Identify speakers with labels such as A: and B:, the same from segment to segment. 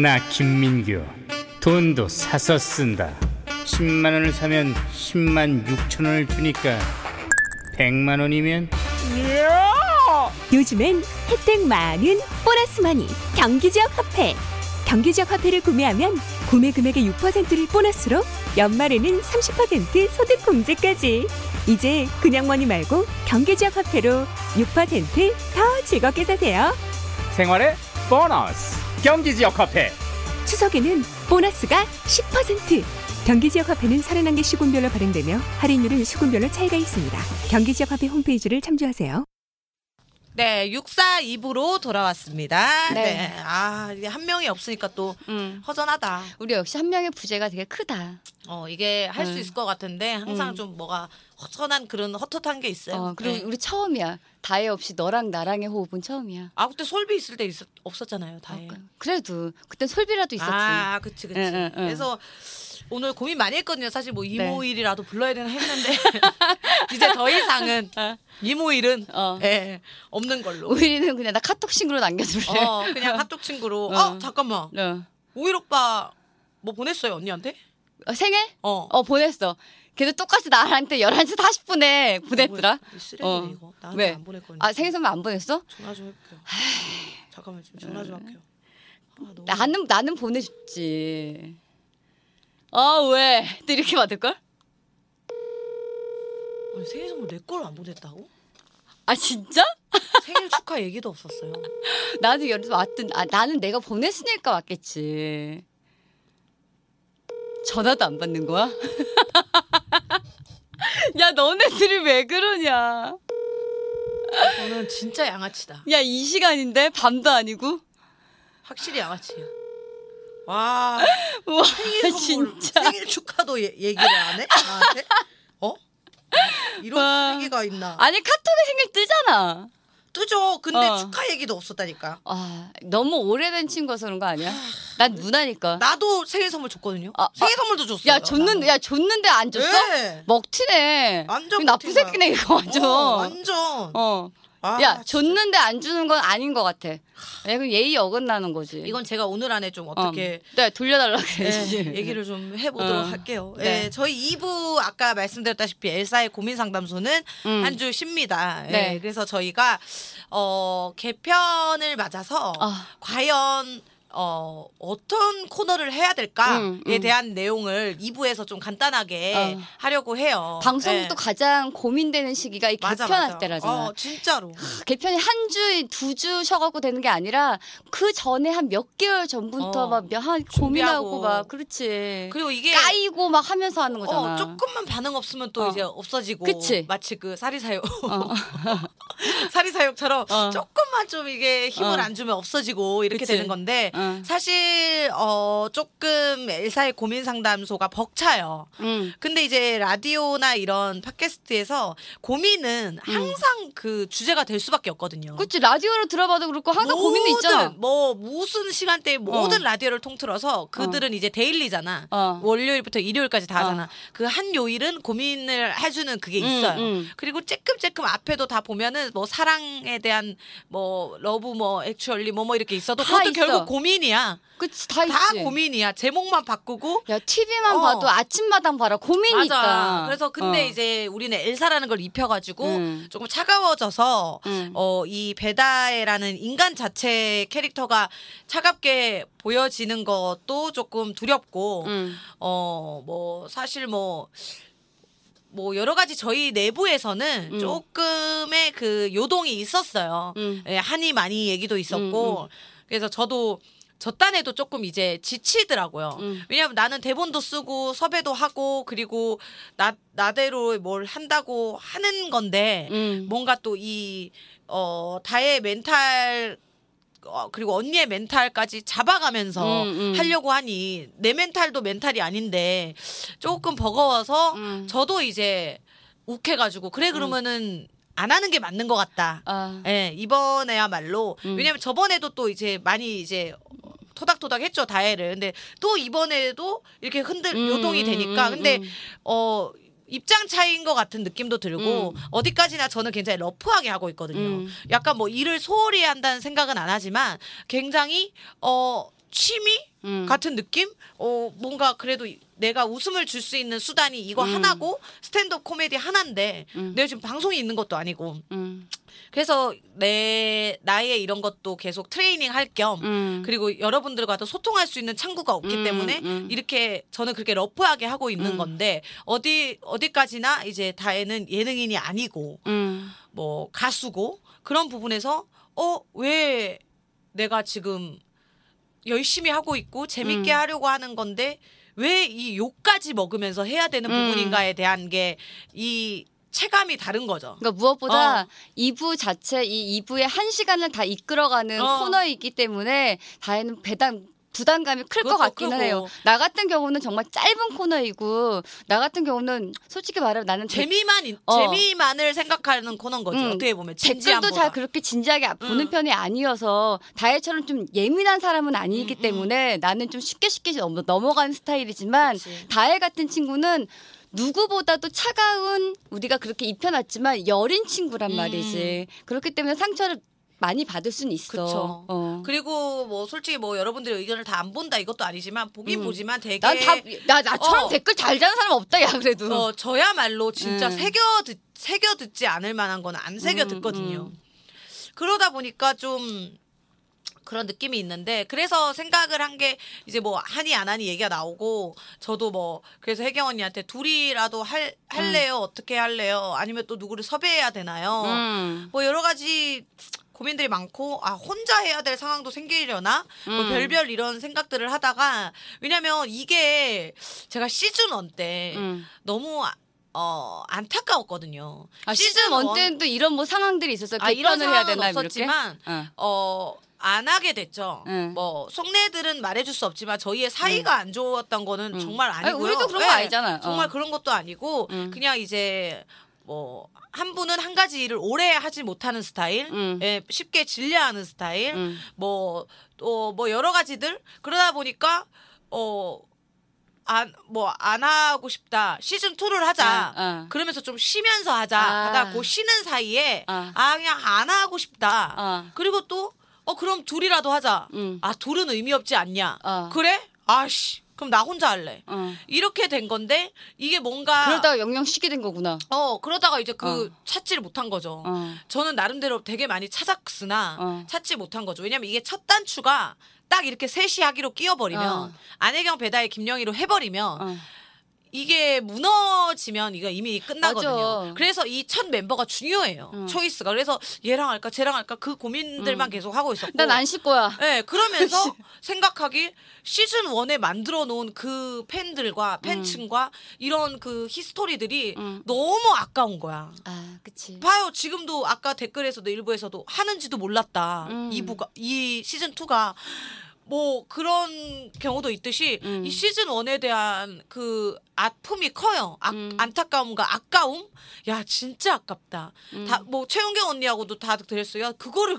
A: 나 김민규 돈도 사서 쓴다 10만 원을 사면 10만 6천 원을 주니까 100만 원이면
B: 요즘엔 혜택 많은 보너스머니 경기지역 화폐. 경기지역 화폐를 구매하면 구매 금액의 6%를 보너스로 연말에는 30% 소득 공제까지. 이제 그냥 머니 말고 경기지역 화폐로 6%더 즐겁게 사세요.
A: 생활의 보너스 경기 지역 화폐
B: 추석에는 보너스가 10%. 경기지역 화폐는 31개 시군별로 발행되며 할인율은 시군별로 차이가 있습니다. 경기지역 화폐 홈페이지를 참조하세요.
C: 네, 6사 2부로 돌아왔습니다. 네.
D: 네.
C: 아, 이게 한 명이 없으니까 또
D: 음.
C: 허전하다.
D: 우리 역시 한 명의 부재가 되게 크다.
C: 어, 이게 할 수
D: 음.
C: 있을 것 같은데 항상
D: 음.
C: 좀 뭐가 허전한 그런 헛헛한 게 있어요.
D: 어, 그리고
C: 네.
D: 우리 처음이야. 다혜 없이 너랑 나랑의 호흡은 처음이야.
C: 아, 그때 솔비 있을 때 있었, 없었잖아요, 다행.
D: 어,
C: 예.
D: 그래도 그때 솔비라도 있었지.
C: 네. 아, 그치, 그치.
D: 응, 응, 응.
C: 그래서 오늘 고민 많이 했거든요. 사실 뭐
D: 네.
C: 이모일이라도 불러야 되나 했는데 이제 더 이상은 이모일은
D: 어.
C: 예, 없는 걸로.
D: 우리는 그냥 나 카톡 신고로 남겨둘래.
C: 어, 그냥 카톡 친구로.
D: 어.
C: 어, 잠깐만.
D: 어.
C: 오일 오빠 뭐 보냈어요 언니한테?
D: 어, 생일?
C: 어.
D: 어, 보냈어. 걔도 똑같이 나한테 11시 40분에 보냈더라.
C: 뭐
D: 어.
C: 이 쓰레기네, 이거. 어, 나한테 안 보낼 거니까.
D: 아, 생일 선물 안 보냈어?
C: 전화 좀 해볼게요. 아, 잠깐만 지금 전화 좀 할게요. 아, 너무-
D: 음. 나는, 나는 보내줬지. 어, 왜? 또 이렇게 받을걸?
C: 아니, 생일 선물 내 걸 안 보냈다고?
D: 아, 진짜?
C: 생일 축하 얘기도 없었어요.
D: 나도 여기서 왔든, 아, 나는 내가 보냈으니까 왔겠지. 전화도 안 받는 거야? 야, 너네들이 왜 그러냐.
C: 저는 진짜 양아치다.
D: 야, 이 시간인데? 밤도 아니고?
C: 확실히 양아치야. 와
D: 와,
C: 생일 선물
D: 진짜.
C: 생일 축하도 얘- 얘기를 안 해? 나한테? 어? 이런
D: 와.
C: 쓰레기가 있나?
D: 아니, 카톡에 생일 뜨잖아.
C: 뜨죠. 근데
D: 어.
C: 축하 얘기도 없었다니까.
D: 아, 너무 오래된 친구여서 그런 거 아니야? 난 누나니까.
C: 나도 생일 선물 줬거든요.
D: 아,
C: 생일 선물도 줬어요.
D: 야, 줬는, 야, 줬는데 안 줬어?
C: 네.
D: 먹튀네.
C: 완전
D: 이거 나쁜
C: 먹튀인
D: 새끼네, 이거 완전.
C: 어, 완전.
D: 어.
C: 아,
D: 야,
C: 진짜.
D: 줬는데 안 주는 건 아닌 것 같아. 야, 이건 예의 어긋나는 거지.
C: 이건 제가 오늘 안에 좀
D: 어.
C: 어떻게
D: 네, 돌려달라
C: 예,
D: 그래야지.
C: 얘기를 좀 해보도록
D: 어.
C: 할게요.
D: 네.
C: 예, 저희 2부 아까 말씀드렸다시피 엘사의 고민 상담소는
D: 음.
C: 한 주 쉽니다. 예,
D: 네.
C: 그래서 저희가 어, 개편을 맞아서
D: 아.
C: 과연 어, 어떤 코너를 해야 될까에
D: 음, 음.
C: 대한 내용을 2부에서 좀 간단하게
D: 어.
C: 하려고 해요. 예.
D: 방송도 가장 고민되는 시기가 이
C: 뭐, 네. 맞아,
D: 개편할
C: 맞아.
D: 때라잖아.
C: 어, 진짜로.
D: 개편이 한 주, 두 주 쉬어갖고 되는 게 아니라 그 전에 한 몇 개월 전부터
C: 어,
D: 막 몇, 한 고민하고
C: 준비하고.
D: 막, 그렇지.
C: 그리고 이게
D: 까이고 막 하면서 하는 거잖아.
C: 어, 조금만 반응 없으면 또
D: 어.
C: 이제 없어지고
D: 그치?
C: 마치 그 사리사욕 사리사욕처럼
D: 어.
C: 조금만 좀 이게 힘을
D: 어.
C: 안 주면 없어지고 이렇게
D: 그치?
C: 되는 건데
D: 어.
C: 사실 어 조금 엘사의 고민 상담소가 벅차요.
D: 응.
C: 근데 이제 라디오나 이런 팟캐스트에서 고민은
D: 음.
C: 항상 그 주제가 될 수밖에 없거든요.
D: 그치 라디오로 들어봐도 그렇고 항상 고민이 있잖아.
C: 뭐 무슨 시간대에 모든 라디오를 통틀어서 그들은 이제 데일리잖아.
D: 어.
C: 월요일부터 일요일까지 다
D: 어.
C: 하잖아. 그 한 요일은 고민을 해주는 그게
D: 음,
C: 있어요.
D: 음.
C: 그리고 쬐끔쬐끔 앞에도 다 보면은 뭐 사랑에 대한 뭐 러브 뭐 액츄얼리 뭐 뭐 이렇게 있어도
D: 다
C: 그것도
D: 있어.
C: 결국 고민이야.
D: 그치 다 있지.
C: 다 고민이야. 제목만 바꾸고
D: 야 TV만
C: 어.
D: 봐도 아침마당 봐라 고민이 있다.
C: 그래서 근데
D: 어.
C: 이제 우리는 엘사라는 걸 입혀가지고
D: 음.
C: 조금 차가워져서
D: 음.
C: 어, 이 베다에라는 인간 자체 캐릭터가 차갑게 보여지는 것도 조금 두렵고
D: 음.
C: 어, 뭐, 사실 뭐, 뭐, 여러 가지 저희 내부에서는
D: 음.
C: 조금의 그 요동이 있었어요.
D: 음.
C: 예, 한이 많이 얘기도 있었고. 그래서 저도 저딴에도 조금 이제 지치더라고요.
D: 음.
C: 왜냐하면 나는 대본도 쓰고 섭외도 하고 그리고 나 나대로 뭘 한다고 하는 건데
D: 음.
C: 뭔가 또 이 어 다의 멘탈 어, 그리고 언니의 멘탈까지 잡아가면서
D: 음, 음.
C: 하려고 하니 내 멘탈도 멘탈이 아닌데 조금 버거워서
D: 음.
C: 저도 이제 욱해가지고 그래 그러면은 안 하는 게 맞는 것 같다.
D: 아.
C: 예, 이번에야말로
D: 음.
C: 왜냐면 저번에도 또 이제 많이 이제 토닥토닥 했죠 다혜를. 근데 또 이번에도 이렇게 흔들
D: 음,
C: 요동이
D: 음,
C: 되니까
D: 음,
C: 근데
D: 음.
C: 어. 입장 차이인 것 같은 느낌도 들고 어디까지나 저는 굉장히 러프하게 하고 있거든요.
D: 음.
C: 약간 뭐 일을 소홀히 한다는 생각은 안 하지만 굉장히 어 취미
D: 음.
C: 같은 느낌? 어 뭔가 그래도 내가 웃음을 줄 수 있는 수단이 이거
D: 음.
C: 하나고 스탠드업 코미디 하나인데 내가 지금 방송이 있는 것도 아니고
D: 음.
C: 그래서 내 나의 이런 것도 계속 트레이닝 할 겸
D: 음.
C: 그리고 여러분들과도 소통할 수 있는 창구가 없기
D: 음,
C: 때문에
D: 음.
C: 이렇게 저는 그렇게 러프하게 하고 있는 건데 어디 어디까지나 이제 다혜는 예능인이 아니고
D: 음.
C: 뭐 가수고 그런 부분에서 어 왜 내가 지금 열심히 하고 있고
D: 음.
C: 재밌게 하려고 하는 건데 왜 이 욕까지 먹으면서 해야 되는
D: 음.
C: 부분인가에 대한 게 이 체감이 다른 거죠.
D: 그러니까 무엇보다
C: 어.
D: 2부 자체 이 2부의 한 시간을 다 이끌어가는
C: 어.
D: 코너이기 때문에 다혜는 배당 부담감이 클 것
C: 그것도
D: 같기는
C: 크고.
D: 해요. 나 같은 경우는 정말 짧은 코너이고 나 같은 경우는 솔직히 말하면 나는 제-
C: 재미만 인-
D: 네. 어.
C: 재미만을 생각하는 코너인 거죠.
D: 음.
C: 어떻게 보면 진지함보다. 음.
D: 댓글도 잘 그렇게 진지하게 아, 보는 편이 아니어서 다혜처럼 좀 예민한 사람은 아니기 때문에 나는 좀 쉽게 쉽게 넘- 넘어가는 스타일이지만
C: 그치.
D: 다혜 같은 친구는 누구보다도 차가운 우리가 그렇게 입혀놨지만 여린
C: 음.
D: 친구란 말이지 그렇기 때문에 상처를 많이 받을 수는 있어.
C: 그쵸.
D: 어.
C: 그리고 뭐 솔직히 뭐 여러분들의 의견을 다 안 본다 이것도 아니지만 보긴 보지만 되게
D: 음. 난 다, 음. 나, 나처럼
C: 어.
D: 댓글 잘 다는 사람 없다, 야, 그래도.
C: 어, 저야말로 진짜
D: 음.
C: 새겨 듣 새겨 듣지 않을 만한 건 안 새겨
D: 음,
C: 듣거든요. 그러다 보니까 좀 그런 느낌이 있는데 그래서 생각을 한 게 이제 뭐 하니 안 하니 얘기가 나오고 저도 뭐 그래서 혜경 언니한테 둘이라도 할 할래요 어떻게 할래요 아니면 또 누구를 섭외해야 되나요
D: 음.
C: 뭐 여러 가지 고민들이 많고 아 혼자 해야 될 상황도 생기려나 뭐
D: 음.
C: 별별 이런 생각들을 하다가 왜냐면 이게 제가 시즌 1때
D: 음.
C: 너무 아- 어 안타까웠거든요.
D: 아, 시즌
C: 원-
D: 원때는또 이런 뭐 상황들이 있었어요.
C: 아, 이런
D: 개편을 해야
C: 상황은
D: 되나,
C: 없었지만
D: 이렇게. 어.
C: 어, 안 하게 됐죠.
D: 응.
C: 뭐 속내들은 말해줄 수 없지만 저희의 사이가 안 좋았던 거는 정말
D: 네. 음. 아니,
C: 아니고요. 네.
D: 우리도 그런 거 아니잖아요. 어. 음.
C: 정말 그런 것도 아니고 그냥 이제 뭐 한 분은 한 가지 일을 오래 하지 못하는 스타일,
D: 응.
C: 예, 쉽게 질려하는 스타일,
D: 응.
C: 뭐 또 뭐 여러 가지들 그러다 보니까 어. 안 뭐 안 하고 싶다 시즌 2를 하자
D: 응, 응.
C: 그러면서 좀 쉬면서 하자
D: 아.
C: 하다 고 쉬는 사이에
D: 아.
C: 아 그냥 안 하고 싶다
D: 아.
C: 그리고 또, 어, 그럼 둘이라도 하자.
D: 음.
C: 아, 둘은 의미 없지 않냐.
D: 어.
C: 그래? 아씨, 그럼 나 혼자 할래.
D: 어.
C: 이렇게 된 건데, 이게 뭔가.
D: 그러다가 영영 쉬게 된 거구나.
C: 어, 그러다가 이제 그 찾지를 못한 거죠.
D: 어.
C: 저는 나름대로 되게 많이 찾았으나
D: 어.
C: 찾지 못한 거죠. 왜냐면 이게 첫 단추가 딱 이렇게 셋이 하기로 끼워버리면
D: 어.
C: 안혜경 배다의 김영희로 해버리면
D: 어.
C: 이게 무너지면 이거 이미 끝나거든요.
D: 맞아. 어.
C: 그래서 이 첫 멤버가 중요해요. 초이스가. 그래서 얘랑 할까 쟤랑 할까 그 고민들만 계속 하고 있었고.
D: 음. 난 안 쉴 거야.
C: 네, 그러면서 생각하기 시즌 1에 만들어 놓은 그 팬들과
D: 음.
C: 팬층과 이런 그 히스토리들이 너무 아까운 거야.
D: 아, 그치.
C: 봐요. 지금도 아까 댓글에서도 일부에서도 하는지도 몰랐다.
D: 음.
C: 이 부가 이 시즌 2가 뭐 그런 경우도 있듯이
D: 음.
C: 이 시즌 1에 대한 그 아픔이 커요. 아-
D: 음.
C: 안타까움과 아까움. 야, 진짜 아깝다.
D: 음.
C: 다 뭐 최은경 언니하고도 다 그랬어요. 그거를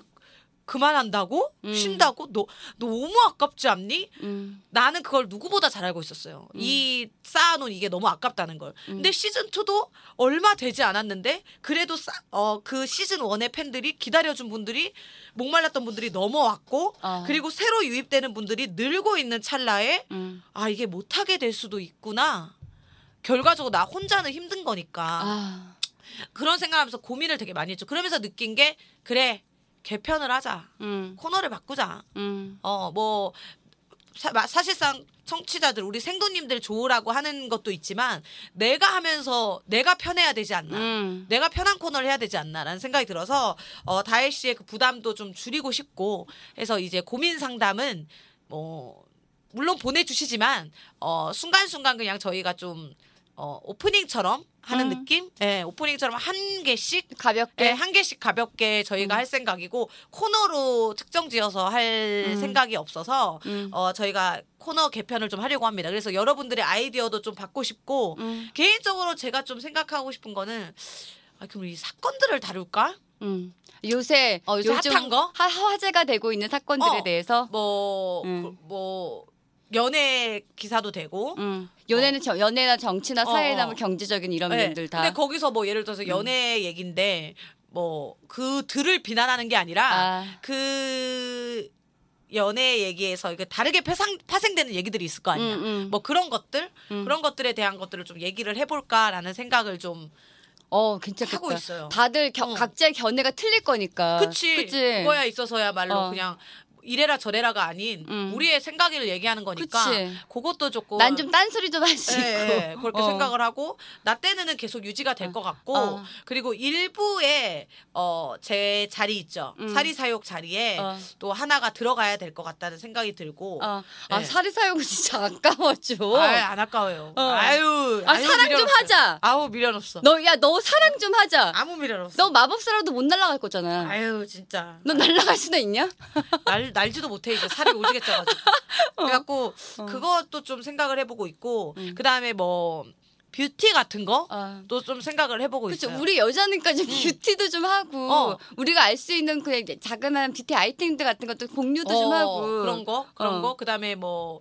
C: 그만한다고? 쉰다고? 너 너무 아깝지 않니?
D: 음.
C: 나는 그걸 누구보다 잘 알고 있었어요. 이 쌓아놓은 이게 너무 아깝다는 걸.
D: 음.
C: 근데 시즌 2도 얼마 되지 않았는데 그래도 쌓- 어, 그 시즌 1의 팬들이 기다려준 분들이 목말랐던 분들이 넘어왔고
D: 아.
C: 그리고 새로 유입되는 분들이 늘고 있는 찰나에
D: 음.
C: 아 이게 못하게 될 수도 있구나. 결과적으로 나 혼자는 힘든 거니까
D: 아.
C: 그런 생각하면서 고민을 되게 많이 했죠. 그러면서 느낀 게 그래 개편을 하자
D: 음.
C: 코너를 바꾸자.
D: 음.
C: 어, 뭐, 사, 마- 사실상 청취자들, 우리 생도님들 좋으라고 하는 것도 있지만, 내가 하면서 내가 편해야 되지 않나.
D: 음.
C: 내가 편한 코너를 해야 되지 않나라는 생각이 들어서, 어, 다혜 씨의 그 부담도 좀 줄이고 싶고, 해서 이제 고민 상담은, 뭐, 물론 보내주시지만, 어, 순간순간 그냥 저희가 좀, 어, 오프닝처럼 하는 느낌? 예, 오프닝처럼 한 개씩
D: 가볍게.
C: 네, 한 개씩 가볍게 저희가 할 생각이고 코너로 특정 지어서 할 생각이 없어서
D: 음.
C: 어, 저희가 코너 개편을 좀 하려고 합니다. 그래서 여러분들의 아이디어도 좀 받고 싶고
D: 음.
C: 개인적으로 제가 좀 생각하고 싶은 거는 아, 그럼 이 사건들을 다룰까?
D: 음. 요새,
C: 어, 요새
D: 요즘
C: 핫한 거?
D: 하, 화제가 되고 있는 사건들에
C: 어.
D: 대해서
C: 뭐,
D: 음.
C: 그, 뭐 연애 기사도 되고
D: 음. 연애는 저- 연애나 정치나
C: 어,
D: 사회나 뭐
C: 어.
D: 경제적인 이런
C: 네,
D: 면들 다. 음.
C: 근데 거기서 뭐 예를 들어서 연애 얘긴데 뭐 그 들을 비난하는 게 아니라
D: 아.
C: 그 연애 얘기에서 이게 다르게 파생, 파생되는 얘기들이 있을 거 아니야.
D: 음, 음.
C: 뭐 그런 것들 그런 것들에 대한 것들을 좀 얘기를 해볼까라는 생각을 좀
D: 어, 괜찮겠다.
C: 하고 있어요.
D: 다들 겨-
C: 응.
D: 각자의 견해가 틀릴 거니까.
C: 그치, 그거야 있어서야 말로
D: 어.
C: 그냥 이래라 저래라가 아닌
D: 음.
C: 우리의 생각을 얘기하는 거니까
D: 그치.
C: 그것도 조금
D: 난 좀 딴소리 좀 할 수 있고.
C: 예, 예. 그렇게
D: 어.
C: 생각을 하고 나 때는 계속 유지가 될 것 같고
D: 어.
C: 그리고 일부에 어, 제 자리 있죠 사리사욕 자리에
D: 음. 어.
C: 또 하나가 들어가야 될 것 같다는 생각이 들고
D: 아, 아
C: 예.
D: 사리 사용은 진짜 아까워죠.
C: 아유, 안 아까워요
D: 어.
C: 아유
D: 아,
C: 아유,
D: 사랑
C: 미련
D: 좀
C: 없어요.
D: 하자.
C: 아우 미련 없어
D: 너, 야, 너 사랑 좀 하자.
C: 아무 미련 없어
D: 너 마법사라도 못 날아갈 거잖아.
C: 아유 진짜
D: 너 날아갈 수나 있냐?
C: 날 날지도 못해 이제 살이 오지게 쪄가지고
D: 어.
C: 그래갖고 그것도 좀 생각을 해보고 있고 그 다음에 뭐 뷰티 같은
D: 아.
C: 거도 좀 생각을 해보고
D: 그렇죠.
C: 있어요.
D: 우리 여자니까 좀 뷰티도 좀 하고
C: 어.
D: 우리가 알 수 있는 그 자그마한 뷰티 아이템들 같은 것도 공유도
C: 어,
D: 좀 하고
C: 그런 거 그런
D: 어.
C: 거 그다음에 뭐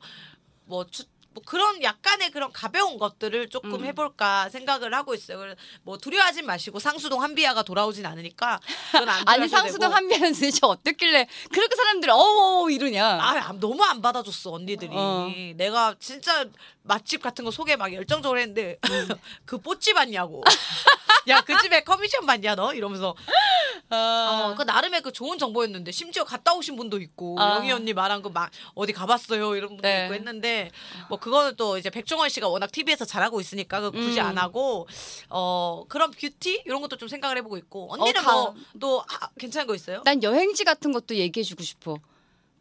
C: 뭐 추 뭐 그런 약간의 그런 가벼운 것들을 조금
D: 음.
C: 해볼까 생각을 하고 있어요. 그래서 뭐 두려워하지 마시고 상수동 한비아가 돌아오진 않으니까 그건 안
D: 아니
C: 두려워도
D: 상수동
C: 되고.
D: 한비는 도대체 어떻길래 그렇게 사람들이 어머 이러냐?
C: 아 아, 너무 안 받아줬어 언니들이
D: 어.
C: 내가 진짜 맛집 같은 거 소개 막 열정적으로 했는데
D: 음.
C: 그 뽀찌 봤냐고 야 그 집에 커미션 받냐 너 이러면서
D: 아.
C: 어, 그 나름의 그 좋은 정보였는데 심지어 갔다 오신 분도 있고
D: 아.
C: 영희 언니 말한 거 막 어디 가봤어요 이런 분도
D: 네.
C: 있고 했는데 뭐 그거는 또 이제 백종원 씨가 워낙 TV에서 잘하고 있으니까 그
D: 음.
C: 굳이 안 하고 어 그런 뷰티 이런 것도 좀 생각을 해보고 있고 언니는
D: 가-
C: 뭐 또 괜찮은 거 있어요?
D: 난 여행지 같은 것도 얘기해주고 싶어.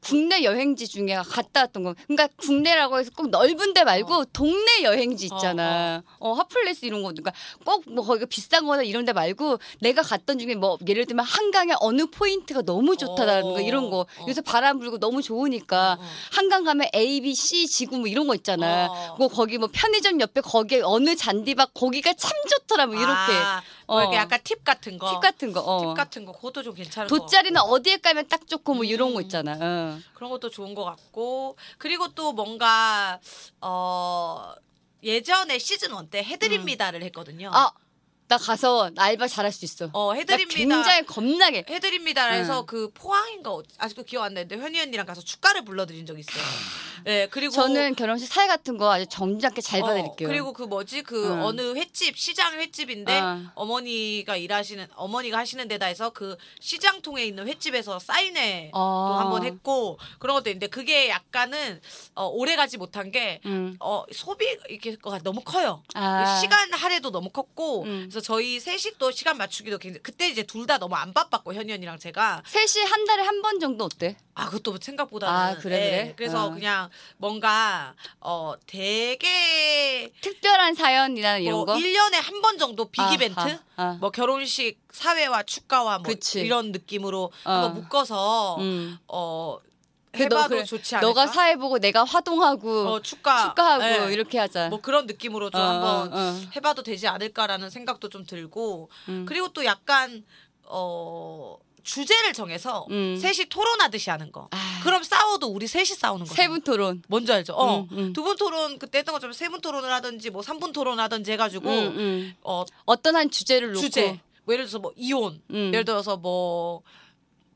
D: 국내 여행지 중에 갔다 왔던 거. 그러니까 국내라고 해서 꼭 넓은데 말고
C: 어.
D: 동네 여행지 있잖아. 어, 핫플레스 이런 거. 그러니까 꼭 뭐 거기가 비싼 거나 이런 데 말고 내가 갔던 중에 뭐 예를 들면 한강의 어느 포인트가 너무 좋다라는 거 이런 거.
C: 어.
D: 요새 바람 불고 너무 좋으니까
C: 어.
D: 한강 가면 A, B, C 지구 뭐 이런 거 있잖아.
C: 어.
D: 뭐 거기 뭐 편의점 옆에 거기에 어느 잔디밭 거기가 참 좋더라 뭐 이렇게.
C: 아, 뭐 이렇게
D: 어.
C: 약간 팁 같은 거.
D: 팁 같은 거. 어.
C: 팁 같은 거 그것도 좀 괜찮은 거. 음.
D: 돗자리는 어디에 깔면 딱 좋고 뭐 이런 거 있잖아. 어. 응.
C: 그런 것도 좋은 것 같고 그리고 또 뭔가 어 예전에 시즌 1 때 해드립니다를 했거든요.
D: 아, 나 가서 나 알바 잘할 수 있어.
C: 어
D: 나
C: 해드립니다.
D: 굉장히 겁나게.
C: 해드립니다. 해서
D: 응.
C: 그 포항인가 어- 아직도 기억 안 나는데 현희 언니랑 가서 축가를 불러드린 적이 있어요. 예 그리고
D: 아. 저는 결혼식 사회 같은 거 아주 점잖게 잘 받아낼게요. 네.
C: 어, 그리고 그 뭐지 그
D: 응.
C: 어느 횟집 시장 횟집인데
D: 어.
C: 어머니가 일하시는 어머니가 하시는 데다 해서 그 시장 통에 있는 횟집에서 사인회
D: 어.
C: 또 한번 했고 그런 것도 있는데 그게 약간은 어, 오래 가지 못한 게
D: 음.
C: 어, 소비 이렇게 거가 너무 커요. 그
D: 아.
C: 시간 할애도 너무 컸고
D: 음.
C: 그래서 저희 셋이 또 시간 맞추기도 굉장히 그때 이제 둘 다 너무 안 바빴고 현이 언니랑 제가
D: 셋이 한 달에 한 번 정도 어때?
C: 아 그것도 생각보다는
D: 아, 그래, 그래?
C: 래서
D: 어.
C: 그냥 뭔가 어 되게
D: 특별한 사연이나 이런
C: 뭐
D: 거?
C: 1년에 한 번 정도
D: 아,
C: 빅이벤트?
D: 아, 아.
C: 뭐 결혼식, 사회와 축가와 뭐
D: 그치.
C: 이런 느낌으로
D: 어.
C: 한번 묶어서
D: 음.
C: 어
D: 그래,
C: 해봐도
D: 너, 그래.
C: 좋지 않을까?
D: 너가 사회 보고 내가 화동하고
C: 어, 축가.
D: 축가하고
C: 예.
D: 이렇게 하자.
C: 뭐 그런 느낌으로 좀
D: 어,
C: 한번
D: 어. 음.
C: 해봐도 되지 않을까라는 생각도 좀 들고 그리고 또 약간 어 주제를 정해서
D: 음.
C: 셋이 토론하듯이 하는 거.
D: 아.
C: 그럼 싸워도 우리 셋이 싸우는 거.
D: 세분 토론.
C: 뭔지 알죠? 어.
D: 음, 음.
C: 두 분 토론 그때 했던 것처럼 세 분 토론을 하든지 뭐 삼 분 토론하든지 해가지고
D: 음, 음.
C: 어
D: 어떤 한 주제를 놓고
C: 주제 뭐 예를 들어서 뭐 이혼
D: 음.
C: 예를 들어서 뭐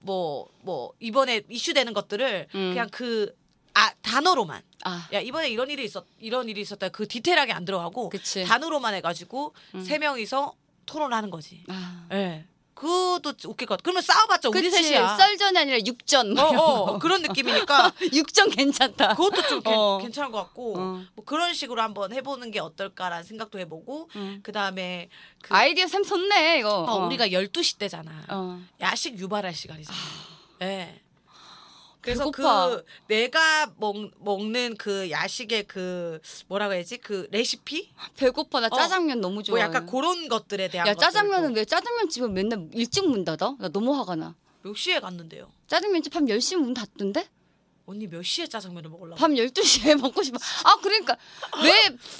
C: 뭐, 뭐, 이번에 이슈되는 것들을
D: 음.
C: 그냥 그, 아, 단어로만.
D: 아.
C: 야, 이번에 이런 일이 있었, 이런 일이 있었다. 그 디테일하게 안 들어가고.
D: 그치. 음.
C: 단어로만 해가지고, 세 명이서 토론을 하는 거지.
D: 아.
C: 예. 그것도 웃길 것 같아. 그러면 싸워봤자 우리
D: 그치.
C: 셋이야.
D: 썰전이 아니라 육전.
C: 어, 어. 그런 느낌이니까.
D: 육전 괜찮다.
C: 그것도 좀 괜-
D: 어.
C: 괜찮은 것 같고,
D: 어.
C: 뭐 그런 식으로 한번 해보는 게 어떨까라는 생각도 해보고, 그다음에 그 다음에,
D: 아이디어 참 좋네 이거.
C: 어, 우리가 12시 때잖아.
D: 어.
C: 야식 유발할 시간이잖아. 예. 그래서
D: 배고파.
C: 그 내가 먹, 먹는 그 야식의 그 뭐라고 해야지 그 레시피
D: 배고파 나
C: 어.
D: 짜장면 너무 좋아.
C: 뭐 약간 그런 것들에 대한
D: 야
C: 것들도
D: 짜장면은 왜 짜장면 집은 맨날 일찍 문 닫아? 나 너무 화가 나.
C: 몇 시에 갔는데요?
D: 짜장면 집 밤 10시 문 닫던데?
C: 언니 몇 시에 짜장면을 먹으려고?
D: 밤 12시에 먹고 싶어. 아 그러니까 왜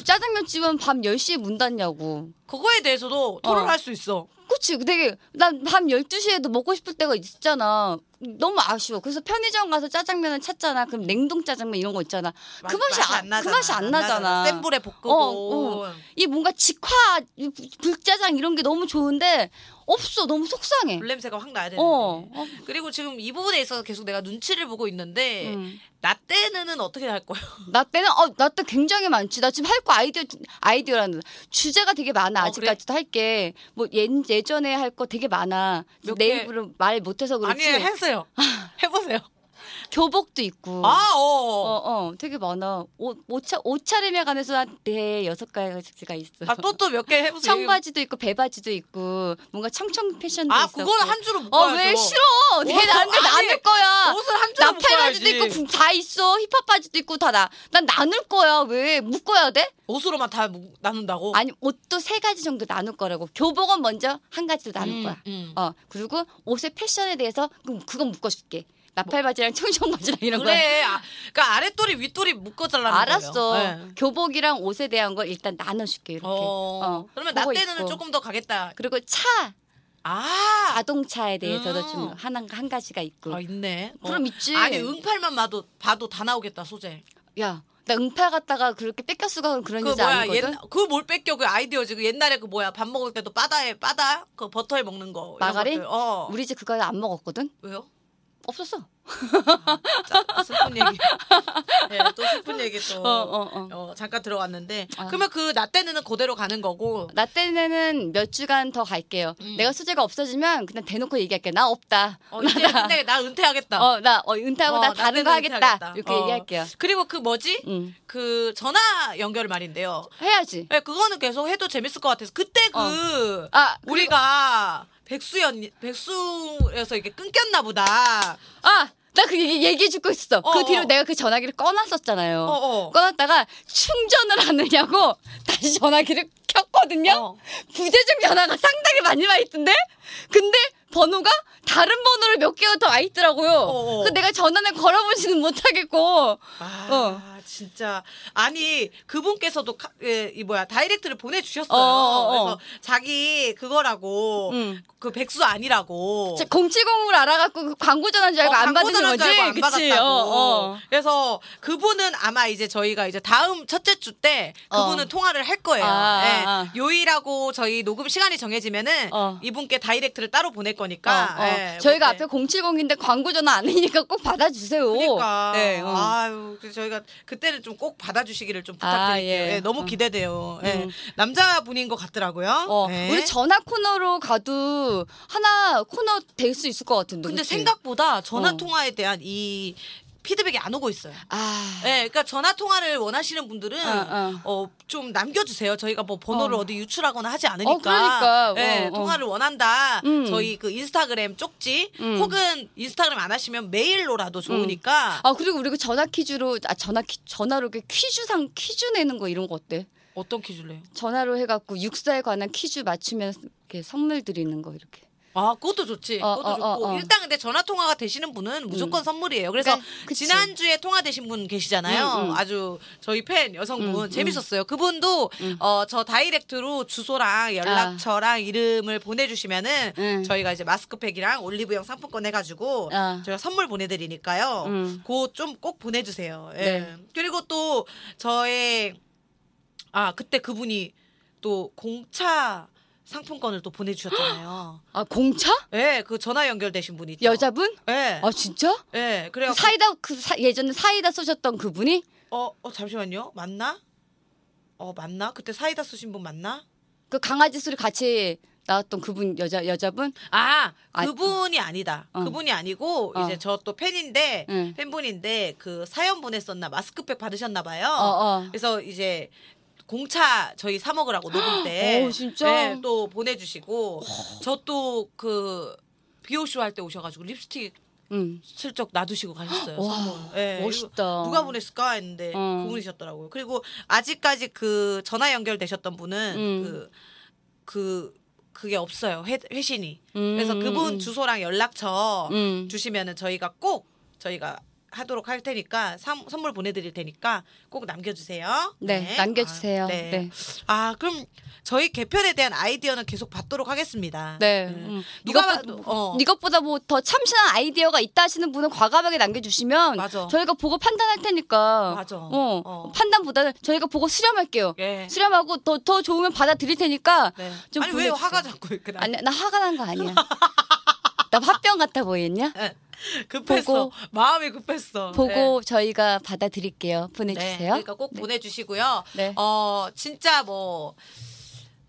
D: 짜장면 집은 밤 10시에 문 닫냐고.
C: 그거에 대해서도 토론할
D: 어.
C: 수 있어.
D: 그치 되게 난 밤 12시에도 먹고 싶을 때가 있잖아. 너무 아쉬워. 그래서 편의점 가서 짜장면을 찾잖아. 그럼 냉동 짜장면 이런 거 있잖아.
C: 맛-
D: 그 맛이 안- 그 맛이 안 나잖아.
C: 센 불에 볶고.
D: 어, 어. 이 뭔가 직화 이 불짜장 이런 게 너무 좋은데 없어. 너무 속상해.
C: 불 냄새가 확 나야 되는데.
D: 어. 어.
C: 그리고 지금 이 부분에 있어서 계속 내가 눈치를 보고 있는데
D: 음.
C: 나 때는 어떻게 할 거예요?
D: 나 때는 어, 나 때 굉장히 많지. 나 지금 할 거 아이디어 아이디어라는 주제가 되게 많아.
C: 어,
D: 아직까지도 할 게 뭐 예전에 할 거 되게 많아.
C: 몇
D: 내
C: 개?
D: 입으로 말못 해서
C: 아니
D: 그렇지. 아.
C: 했어요. 해보세요.
D: 교복도 있고.
C: 아, 어.
D: 어, 어, 되게 많아. 옷, 옷차, 옷차림에 관해서 한네 여섯 가지가 있어.
C: 아, 또 또 몇 개 해보세요.
D: 청바지도 있고 배바지도 있고 뭔가 청청 패션도
C: 아,
D: 있어.
C: 그거는 한 줄로 묶어야죠.
D: 어왜 싫어? 내
C: 옷,
D: 나한테
C: 아니,
D: 나눌 거야.
C: 옷을 한 줄로
D: 나
C: 묶어야지.
D: 팔바지도 있고 부- 다 있어. 힙합 바지도 있고 다 나. 난 나눌 거야. 왜 묶어야 돼?
C: 옷으로만 다 묶- 나눈다고.
D: 아니 옷도 세 가지 정도 나눌 거라고. 교복은 먼저 한 가지로 나눌
C: 음,
D: 거야.
C: 음.
D: 어 그리고 옷의 패션에 대해서 그럼 그건 묶어줄게. 나팔바지랑 청청바지랑 이런 거.
C: 그래. 아, 그러니까 아랫돌이 윗돌이 묶어 잘라는
D: 알았어.
C: 거예요. 네.
D: 교복이랑 옷에 대한 걸 일단 나눠줄게 이렇게.
C: 어.
D: 어,
C: 그러면 나
D: 그거
C: 때는
D: 있고.
C: 조금 더 가겠다.
D: 그리고 차
C: 아,
D: 자동차에 대해서도
C: 음.
D: 좀 하나 한 가지가 있고.
C: 아 있네. 어.
D: 그럼 있지.
C: 아니 응팔만 봐도 봐도 다 나오겠다 소재.
D: 야, 나 응팔 갔다가 그렇게 뺏겼어가 그런 그런
C: 그
D: 여자
C: 뭐야
D: 아니거든.
C: 옛날 그뭘 뺏겨 그 아이디어지 그 옛날에 그 뭐야 밥 먹을 때도 바다에 바다 그 버터에 먹는 거. 이런
D: 마가린?
C: 것들. 어.
D: 우리 집 그거 안 먹었거든.
C: 왜요?
D: 없었어.
C: 짜- 슬픈 얘기. 네, 또 슬픈 얘기 또.
D: 어, 어, 어.
C: 어, 잠깐 들어왔는데
D: 아.
C: 그러면 그 나 때는 그대로 가는 거고
D: 나 때는 몇 주간 더 갈게요. 내가 수제가 없어지면 그냥 대놓고 얘기할게. 나 없다.
C: 음. 어, 이제 근데 나 은퇴하겠다.
D: 어, 나 어, 은퇴하고
C: 어,
D: 나
C: 나
D: 다른
C: 때는
D: 거 하겠다.
C: 은퇴하겠다.
D: 이렇게
C: 어.
D: 얘기할게요.
C: 그리고 그 뭐지?
D: 음.
C: 그 전화 연결 말인데요.
D: 해야지.
C: 네, 그거는 계속 해도 재밌을 것 같아서 그때 그
D: 아, 그리고-
C: 우리가 백수연 백수에서 이게 끊겼나 보다.
D: 아, 나 그 얘기, 얘기해 줄거 있어.
C: 어,
D: 그 뒤로
C: 어.
D: 내가 그 전화기를 꺼놨었잖아요.
C: 어, 어.
D: 꺼놨다가 충전을 하느냐고 다시 전화기를 켰거든요.
C: 어.
D: 부재중 전화가 상당히 많이 와 있던데? 근데 번호가 다른 번호로 몇 개가 더 와 있더라고요.
C: 어, 어.
D: 그 내가 전화를 걸어보지는 못하겠고. 어.
C: 아 진짜 아니 그분께서도 카, 예, 이 뭐야 다이렉트를 보내주셨어요.
D: 어, 어, 어.
C: 그래서 자기 그거라고
D: 음.
C: 그 백수 아니라고.
D: 070을 알아갖고 그 광고 전화인 줄 알고 안 받으신
C: 광고전화인
D: 거지?
C: 어, 줄 알고 안
D: 그치?
C: 받았다고.
D: 어, 어.
C: 그래서 그분은 아마 이제 저희가 이제 다음 첫째 주 때 그분은
D: 어.
C: 통화를 할 거예요.
D: 아, 아,
C: 예.
D: 아.
C: 요일하고 저희 녹음 시간이 정해지면은
D: 어.
C: 이분께 다이렉트를 따로 보낼 거니까.
D: 어, 어.
C: 예,
D: 저희가
C: 그때.
D: 앞에 070인데 광고 전화 안 하니까 꼭 받아주세요.
C: 그러니까
D: 네, 어.
C: 아유 그래서 저희가 그때는 좀 꼭 받아주시기를 좀 부탁드릴게요.
D: 아, 예.
C: 예, 너무
D: 어.
C: 기대돼요. 예.
D: 음.
C: 남자분인 것 같더라고요.
D: 어,
C: 예.
D: 우리 전화 코너로 가도 하나 코너 될 수 있을 것 같은데.
C: 근데
D: 그치?
C: 생각보다 전화
D: 어.
C: 통화에 대한 이 피드백이 안 오고 있어요.
D: 아,
C: 예, 그러니까 전화 통화를 원하시는 분들은
D: 어,
C: 어, 좀 남겨주세요. 저희가 뭐 번호를
D: 어.
C: 어. 디 유출하거나 하지 않으니까.
D: 어, 그러니까.
C: 예,
D: 어, 어.
C: 통화를 원한다.
D: 음.
C: 저희 그 인스타그램 쪽지
D: 음.
C: 혹은 인스타그램 안 하시면 메일로라도 좋으니까
D: 아 그리고 우리 그 전화 퀴즈로 아 전화 퀴 전화로 이렇게 퀴즈상 퀴즈 내는 거 이런 거 어때?
C: 어떤 퀴즈래요?
D: 전화로 해갖고 육사에 관한 퀴즈 맞추면 이렇게 선물 드리는 거 이렇게.
C: 아, 그것도 좋지.
D: 어,
C: 그것도
D: 어, 어,
C: 좋고.
D: 어. 음.
C: 일단 근데 전화 통화가 되시는 분은 무조건 선물이에요. 그래서
D: 그러니까 그치.
C: 지난주에 통화되신 분 계시잖아요.
D: 음, 음.
C: 아주 저희 팬 여성분
D: 음,
C: 재밌었어요. 그분도 어, 저 다이렉트로 주소랑 연락처랑 이름을 보내주시면은
D: 아. 음.
C: 저희가 이제 마스크팩이랑 올리브영 상품권 해가지고
D: 아.
C: 저희가 선물 보내드리니까요.
D: 음.
C: 그거 좀 꼭 보내주세요. 예.
D: 네.
C: 그리고 또 저의 아, 그때 그분이 또 공차 상품권을 또 보내주셨잖아요.
D: 아 공차?
C: 예, 그 전화 연결되신 분이 있죠.
D: 여자분?
C: 예.
D: 아 진짜?
C: 예. 그래요.
D: 그 사이다 그 사- 예전에 사이다 쏘셨던 그분이
C: 어, 어 잠시만요. 맞나? 어, 맞나? 그때 사이다 쓰신 분 맞나?
D: 그 강아지 소리 같이 나왔던 그분 여자 여자분?
C: 아,
D: 아,
C: 그분이 아니다.
D: 어.
C: 그분이 아니고
D: 어.
C: 이제 저 또 팬인데
D: 응.
C: 팬분인데 그 사연 보냈었나 마스크팩 받으셨나 봐요.
D: 어, 어.
C: 그래서 이제 공차 저희 사 먹으라고 녹음 때
D: 오, 진짜? 어.
C: 예, 또 보내주시고 저 또 그 비오쇼 할 때 오셔가지고 립스틱
D: 응.
C: 슬쩍 놔두시고 가셨어요.
D: 와,
C: 선물. 예,
D: 멋있다.
C: 이거 누가 보냈을까 했는데
D: 어.
C: 그분이셨더라고요. 그리고 아직까지 그 전화 연결되셨던 분은
D: 음.
C: 그, 그 그게 없어요. 회, 회신이.
D: 음,
C: 그래서
D: 음,
C: 그분
D: 음.
C: 주소랑 연락처
D: 음.
C: 주시면은 저희가 꼭 저희가 하도록 할 테니까 삼- 선물 보내드릴 테니까 꼭 남겨주세요.
D: 네, 남겨주세요.
C: 아,
D: 네.
C: 네.
D: 네.
C: 아 그럼 저희 개편에 대한 아이디어는 계속 받도록 하겠습니다.
D: 음.
C: 네. 누가
D: 이것보-
C: 봐도- 어.
D: 이것보다 뭐 더 참신한 아이디어가 있다 하시는 분은 과감하게 남겨주시면
C: 맞아.
D: 저희가 보고 판단할 테니까
C: 맞아.
D: 어,
C: 어.
D: 판단보다는 저희가 보고 수렴할게요.
C: 예.
D: 수렴하고 더, 더 좋으면 받아들일 테니까
C: 네.
D: 좀
C: 아니 왜
D: 보내주세요.
C: 화가 자꾸 이렇게 나?
D: 아니 나 화가 난 거 아니야. 나 화병 같아
C: 네.
D: 보였냐?
C: 급했어.
D: 보고-
C: 마음이 급했어.
D: 보고 저희가 받아드릴게요.
C: 네,
D: 보내주세요.
C: 그러니까 꼭 보내주시고요.
D: 네.
C: 어 진짜 뭐.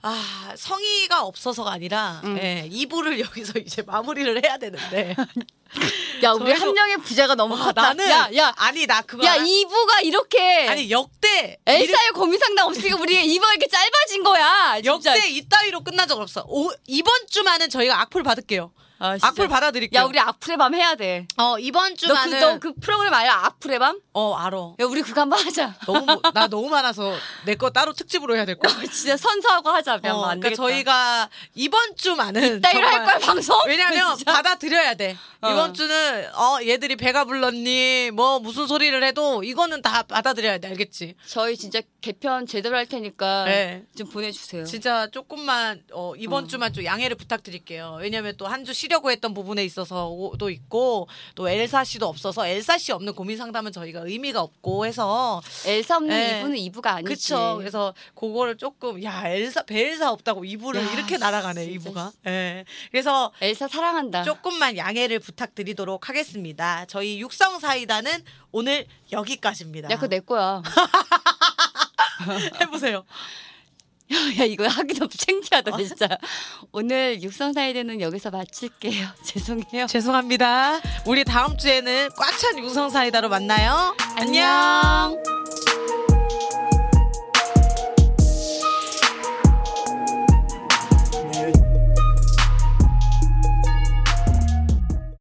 C: 아 성의가 없어서가 아니라
D: 음.
C: 예, 2부를 여기서 이제 마무리를 해야 되는데
D: 야 우리
C: 저희도-
D: 한 명의 부자가 너무
C: 와,
D: 컸다.
C: 나는
D: 야, 야,
C: 아니 나 그거
D: 야
C: 알아?
D: 이부가 이렇게
C: 아니 역대
D: 엘사의 고민 상담 없이 우리 이부가 이렇게 짧아진 거야. 진짜.
C: 역대 이따위로 끝난 적 없어. 오, 이번 주만은 저희가 악플 받을게요.
D: 아, 진짜.
C: 악플 받아드릴게요.
D: 야 우리 악플의 밤 해야 돼.
C: 어 이번
D: 너 그
C: 주만은
D: 프로그램 알아? 악플의 밤?
C: 어 알어.
D: 야 우리 그거 한번 하자.
C: 너무 뭐- 나 너무 많아서 내 거 따로 특집으로 해야 될 거야.
D: 아, 진짜 선서하고 하자. 야,
C: 어,
D: 뭐안
C: 그러니까
D: 되겠다.
C: 저희가 이번 주만은
D: 이따위로 할
C: 정말-
D: 거야 방송?
C: 왜냐면
D: 진짜.
C: 받아들여야 돼.
D: 어.
C: 이번 주는 어 얘들이 배가 불렀니 뭐 무슨 소리를 해도 이거는 다 받아들여야 돼 알겠지?
D: 저희 진짜 개편 제대로 할 테니까
C: 네.
D: 좀 보내주세요.
C: 진짜 조금만 어, 이번 주만 좀 양해를 부탁드릴게요. 왜냐하면 또 한 주 쉬려고 했던 부분에 있어서도 있고 또 엘사 씨도 없어서 엘사 씨 없는 고민 상담은 저희가 의미가 없고 해서
D: 엘사 없는
C: 네.
D: 이부는 이부가 아니지.
C: 그쵸. 그래서 그거를 조금 야 엘사 배엘사 없다고 이부를
D: 야,
C: 이렇게 날아가네
D: 진짜,
C: 이부가. 예. 그래서
D: 엘사 사랑한다.
C: 조금만 양해를 부탁드리도록 하겠습니다. 저희 육성 사이다는 오늘 여기까지입니다.
D: 야 그거 내 거야.
C: 해보세요.
D: 야 이거 하기도 창피하다 진짜. 오늘 육성사이드는 여기서 마칠게요. 죄송해요.
C: 죄송합니다. 우리 다음 주에는 꽉 찬 육성 사이다로 만나요. 안녕.
D: 안녕.